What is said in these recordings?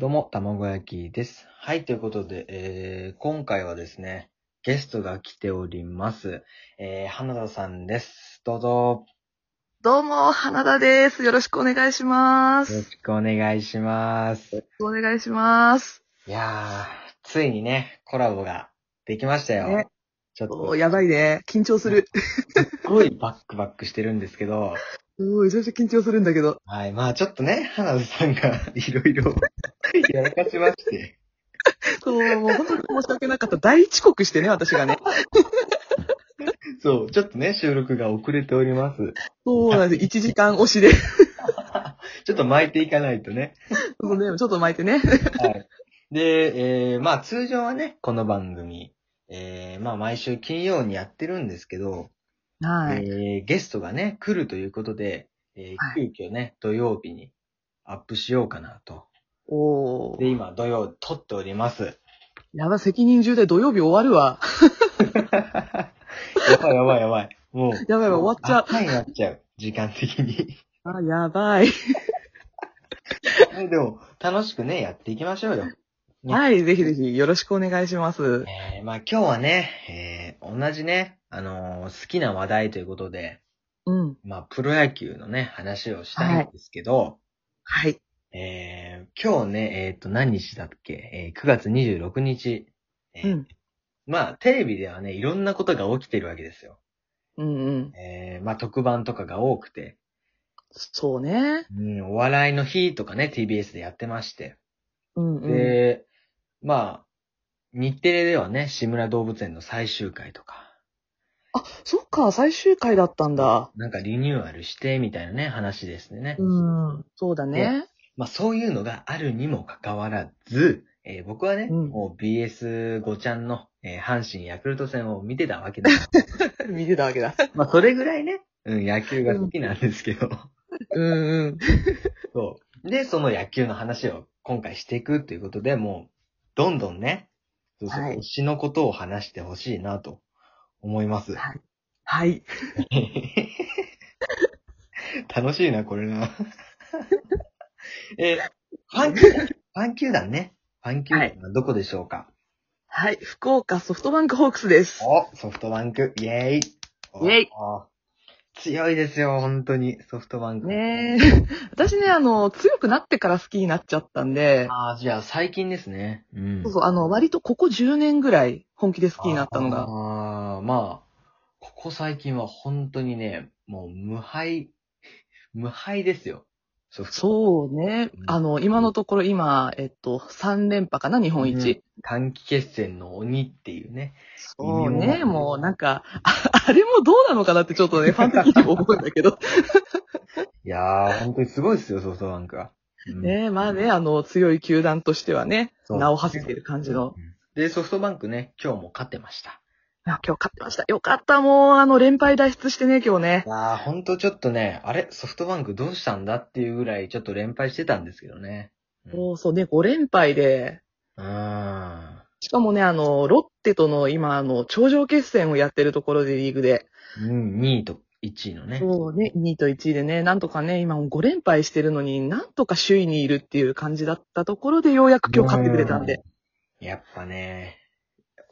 どうも、卵焼きです。はい、ということで、えー、今回はですね、ゲストが来ております。えー、花田さんです。どうぞ、どうも、花田です。よろしくお願いしまよろす。しくお願いします。お願いします。いやー、ついにね、コラボができましたよ。ねちょっおと、ーやばいね。緊張する。すごいバックバックしてるんですけど、うーめちゃめちゃ緊張するんだけど。はい、まあちょっとね、花田さんが いろいろやらかしまして、そう、もう本当に申し訳なかった。大遅刻してね、私がね。そう、ちょっとね、収録が遅れております。そうなんです。1時間押しで。ちょっと巻いていかないとね。そうね、ちょっと巻いてね。はい。で、えー、まあ通常はね、この番組、えー、まあ毎週金曜にやってるんですけど、はい。えー、ゲストがね、来るということで、えはー、急遽ね、土曜日にアップしようかなと。おで、ー。今土曜撮っており ます。やば、責任重大土曜日終わるわ。やばいやばいやばい。もう。やばいわ終わっちゃうはい、なっちゃう。時間的に。 あ、やばい。でも、楽しくね、やっていきましょうよ。ねはい、ぜひぜひよろしくお願いします。えー、まあ今日はね、えー、同じね、あのー好きな話題ということで、うん。まあ、プロ野球のね、話をしたいんですけど、はい。えー、今日ね、えっ、と、何日だっけ、えー、9月26日、えうーん。まあ、テレビではね、いろんなことが起きてるわけですよ。うんうん。えー、まあ、特番とかが多くて、そうね。うん、お笑いの日とかね、TBS でやってまして。うんうん。で、まあ、日テレではね、志村動物園の最終回とか、そっか、最終回だったんだ。なんかリニューアルして、みたいなね、話ですね。うん。そうだね。まあそういうのがあるにもかかわらず、えー僕はね、うんもう BS5 ちゃんの、えー阪神ヤクルト戦を見てたわけだ。 見てたわけだ。 まあそれぐらいね、うん、野球が好きなんですけど。うんうん。そう。で、その野球の話を今回していくっていうことで、もう、どんどんね、そうそうはい推しのことを話してほしいなと思います。はいはい。 楽しいな、これな。えー、ファン球団、ファン球団ね。ファン球団はどこでしょうか、はい、福岡ソフトバンクホークスです。お、ソフトバンク、イェーイ。イイェイ強いですよ、本当に、ソフトバンク。ねえ。私ね、あの、強くなってから好きになっちゃったんで、ああ、じゃあ最近ですね。うん。そうそう、あの、割とここ10年ぐらい本気で好きになったのが。ああ、まあ、ここ最近は本当にね、もう無敗、無敗ですよ。ソフトそうねう。んあの、今のところ今、えっと、3連覇かな、日本一。うん短期決戦の鬼っていうね。そう微妙ね、なもうなんか、ああれもどうなのかなってちょっ とね、ファン的にも思うんだけど。いやー、本当にすごいですよ、ソフトバンクは。うんねえ、まあね、あの、強い球団としてはね、そう名を馳せてる感じうの。んで、ソフトバンクね、今日も勝ってました。いや今日勝ってました。よかった、もう、あの、連敗脱出してね、今日ねい。やー、ほんとちょっとね、あれソフトバンクどうしたんだっていうぐらいちょっと連敗してたんですけどね。うん。そうそうね、5連敗で、あしかもね、あの、ロッテとの今、あの、頂上決戦をやってるところでリーグで、ーうん、2位と1位のね。そうね、2位と1位でね、なんとかね、今もう5連敗してるのに、なんとか首位にいるっていう感じだったところで、ようやく今日勝ってくれたんで。やっぱね、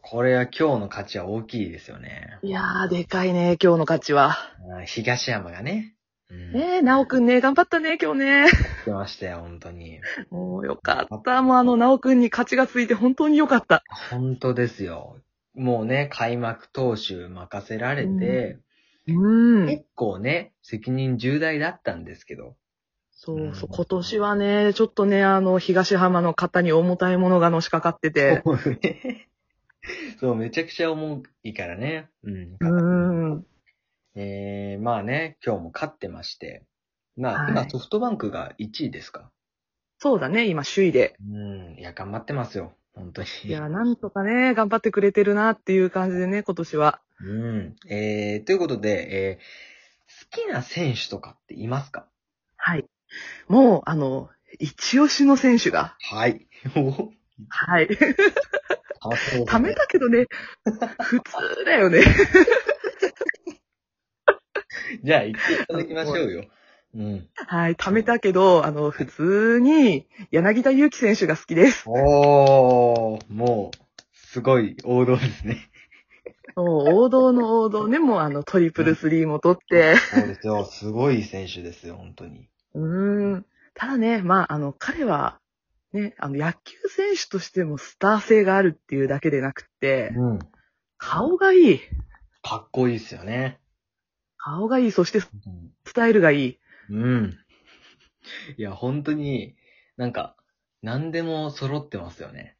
これは今日の勝ちは大きいですよね。いやー、でかいね、今日の勝ちは。あー東山がね。うん、ねえ、なおくんね、頑張ったね、今日ね。勝ってましたよ、本当に。 もうよかった。もうあの、なおくんに勝ちがついて本当によかった。本当ですよ。もうね、開幕投手任せられて、うん。結構ね、責任重大だったんですけ ど。そうそう、今年はね、ちょっとね、あの、東浜の方に重たいものがのしかかってて。そうねそう、めちゃくちゃ重いからね。うん。うん。えー、まあね、今日も勝ってまして。まあ、はい今ソフトバンクが1位ですか。そうだね、今、首位で。うん。いや、頑張ってますよ。本当に。いや、なんとかね、頑張ってくれてるなっていう感じでね、今年は。うん。えー、ということで、えー、好きな選手とかっていますかはい。もう、あの、一押しの選手が。はい。おはい。あ、そうためだけどね、普通だよね。じゃあ、言っていただきましょうよ。うん。はい、貯めたけど、あの、普通に、柳田悠岐選手が好きです。おー、もう、すごい王道ですね。もう王道の王道ね、もうあの、トリプルスリーも取って。そうですよ。すごい選手ですよ、本当に。うーん。ただね、まあ、あの、彼は、ね、あの、野球選手としてもスター性があるっていうだけでなくって、うん。顔がいい。かっこいいですよね。顔がいい。そして、スタイルがいい。うん。いや、本当に、なんか、何でも揃ってますよね。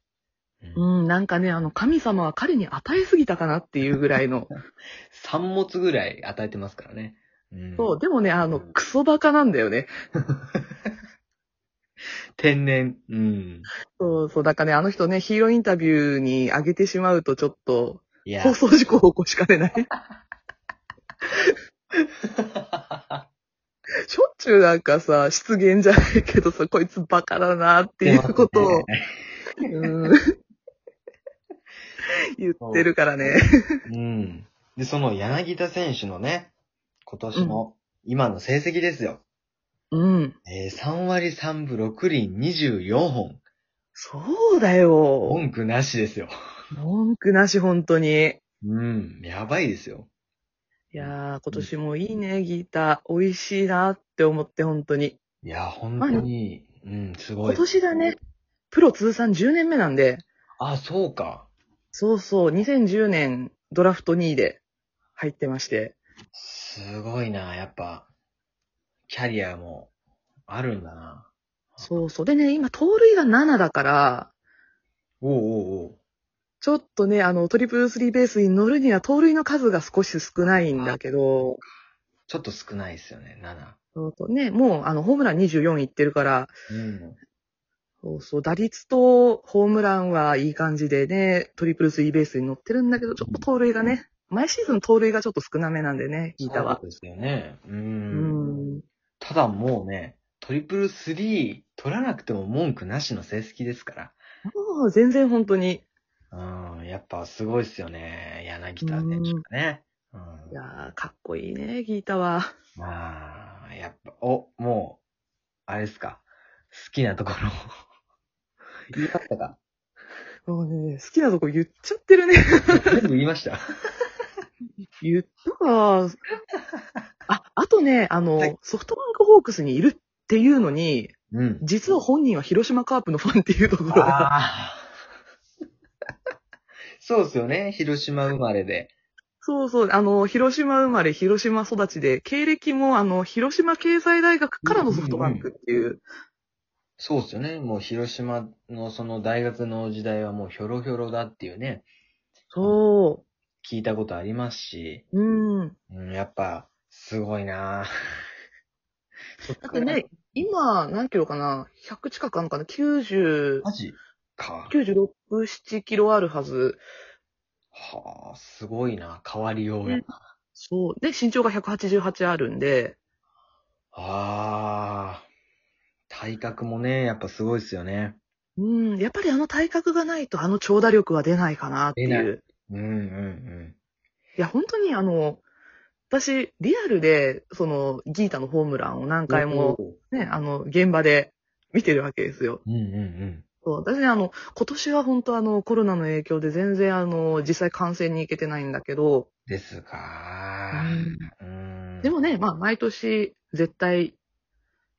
ううんん、なんかね、あの、神様は彼に与えすぎたかなっていうぐらいの。三物ぐらい与えてますからね。うんそう、でもね、あの、クソバカなんだよね。天然。うん。そうそう、だからね、あの人ね、ヒーローインタビューに上げてしまうとちょっと、いや放。送事故を起こしかねない。 しょっちゅうなんかさ、失言じゃないけどさ、こいつバカだなっていう ことを、うん言ってるからね。うん。で、その柳田選手のね、今年の、今の成績ですよ。うん。えー3割3分6厘24本。そうだよ。文句なしですよ。文句なし、本当に。うん。やばいですよ。いやー、今年もいいね、ギター。美味しいなって思って、本当に。いや、本当に、うん、すごい。今年だね。プロ通算10年目なんで、あ、そうか。そうそう、2010年ドラフト2位で入ってまして。すごいな、やっぱ、キャリアもあるんだな。そうそう。でね、今、盗塁が7だから、おうおうおう。ちょっとね、あの、トリプルスリーベースに乗るには盗塁の数が少し少ないんだけど、ちょっと少ないですよね、7。そうそうね、もうあの、ホームラン24いってるから、うん。そうそう、打率とホームランはいい感じでね、トリプルスリーベースに乗ってるんだけど、ちょっと盗塁がね、毎シーズン盗塁がちょっと少なめなんでね、ギータはそ。うですよね。う。うんん。ただもうね、トリプルスリー取らなくても文句なしの成績ですかもう全然本当に。ら。うん、やっぱすごいですよね、柳田選手がね。うん。いやー、かっこいいね、ギータは。まあ、やっぱ、お、もう、あれですか。好きなところを 言いましたかもうね、好きなとこ言っちゃってるね。全部言いました。言ったか。あ、あとね、あの、はいソフトバンクホークスにいるっていうのに、うん。実は本人は広島カープのファンっていうところが、ああ。そうですよね。広島生まれで。そうそう、あの、広島生まれ、広島育ちで、経歴も、あの、広島経済大学からのソフトバンクっていう、そうですよね。もう広島のその大学の時代はもうヒョロヒョロだっていうね、そ聞いたことありますし、う、うん。うん、やっぱ、すごいなぁそっだっかてらね、今、何キロかな、100近くあるのかな、90、マジか。 96、7キロあるはず。はあ、すごいな変わりようや。うんそう。で、身長が188あるんで、ああ、体格もね、やっぱすごいですよね。うん、やっぱりあの体格がないとあの長打力は出ないかなってい。出ないううんうんいや、本当にあの、私、リアルで、その、ギータのホームランをうん。何回も、。ね、あの、現場で見てるわけですよ。うんうんそう私ね、あの、今年は本当あの、コロナの影響で全然あの、実際観戦に行けてないんだけど、うん。ですかうん。でもね、まあ、毎年、絶対、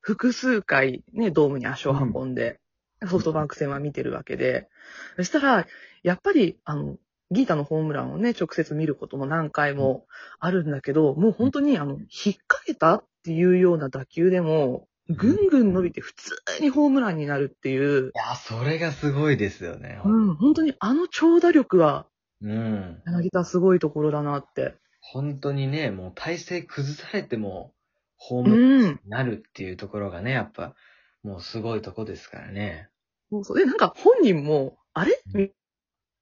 複数回、ね、ドームに足を運んで、ソフトバンク戦は見てるわけで、そしたら、やっぱり、あの、ギータのホームランをね、直接見ることも何回もあるんだけど、もう本当に、あの、引っ掛けたっていうような打球でも、ぐんぐん伸びて普通にホームランになるっていうい、や、それがすごいですよね。うん、本当にあの長打力は、うん。柳田すごいところだなって。本当にね、もう体勢崩されても、ホーうムランん。になるっていうところがね、やっぱ、もうすごいとこですからね。そうそう。で、なんか本人も、あれうんみ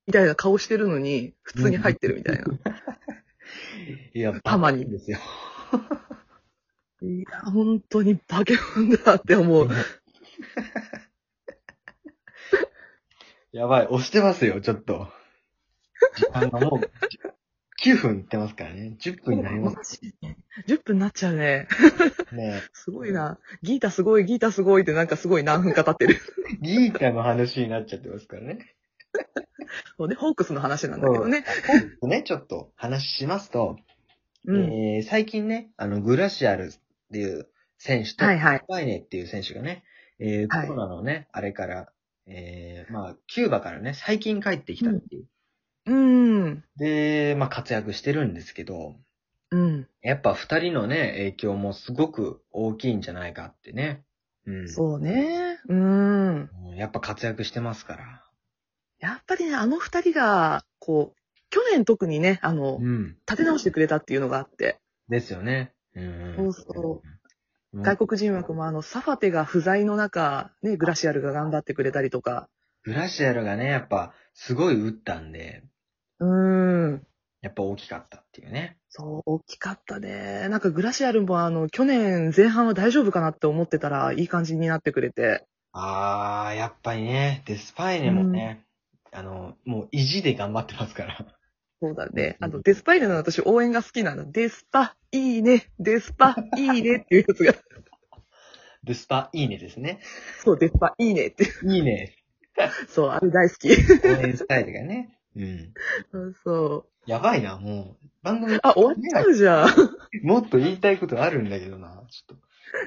みたいな顔してるのに、普通に入ってるみたいな。いや、たまにバカですよ。いや、本当に化け物だって思う。やばい、押してますよ、ちょっと。時間がもう、 9分いってますからね。10分になりますす。10分になっちゃうね。ね。すごいな。ギータすごい、ギータすごいってなんかすごい何分か経ってる。ギータの話になっちゃってますからね。そうね、ホークスの話なんだけどね。ね、ちょっと話しますと、うん。えー最近ね、あの、グラシアルっていう選手と、はいはいスパイネっていう選手がね、えーはいコロナのね、あれから、えーまあ、キューバからね、最近帰ってきたっていう。うん。で、まあ、活躍してるんですけど、うん。やっぱ二人のね、影響もすごく大きいんじゃないかってね。うん。そうね。うん。うんやっぱ活躍してますから。やっぱりね、あの二人が、こう、去年特にね、あのう、ん。立て直してくれたっていうのがあって、ですよね。うん。そうそうん。外国人枠もあの、サファテが不在の中、ね、グラシアルが頑張ってくれたりとか。グラシアルがね、やっぱ、すごい打ったんで、うん。やっぱ大きかったっていうね。そう、大きかったね。なんかグラシアルもあの、去年前半は大丈夫かなって思ってたら、いい感じになってくれて。あー、やっぱりね、デスパイネもね、あの、もう意地で頑張ってますから。そうだね。あの、デスパイネの私応援が好きなの。デスパ、いいね、デスパ、いいねっていうやつが。 デスパ、いいねですね。そう、デスパ、いいねっていう。いいね。そう、あれ大好き。応援スタイルがね。うん。そうそう。やばいな、もう。番組、あ、終わっちゃうじゃん。もっと言いたいことあるんだけどな。ちょっ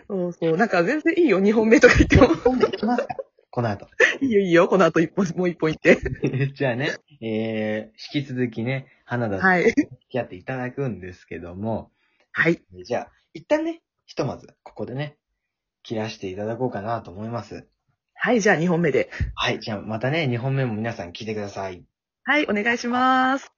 そうそう。なんか全然いいよ、2本目とか言ってと。ももう。今度行きますか。この後。いいよ、いいよ、この後一本、もう一本行って。 じゃあね、えー、引き続きね、花田さんはい。付き合っていただくんですけども、はい。じゃあ、一旦ね、ひとまず、ここでね、切らしていただこうかなと思います。はい、じゃあ2本目で。はい、じゃあまたね、2本目も皆さん聞いてください。はい、お願いします。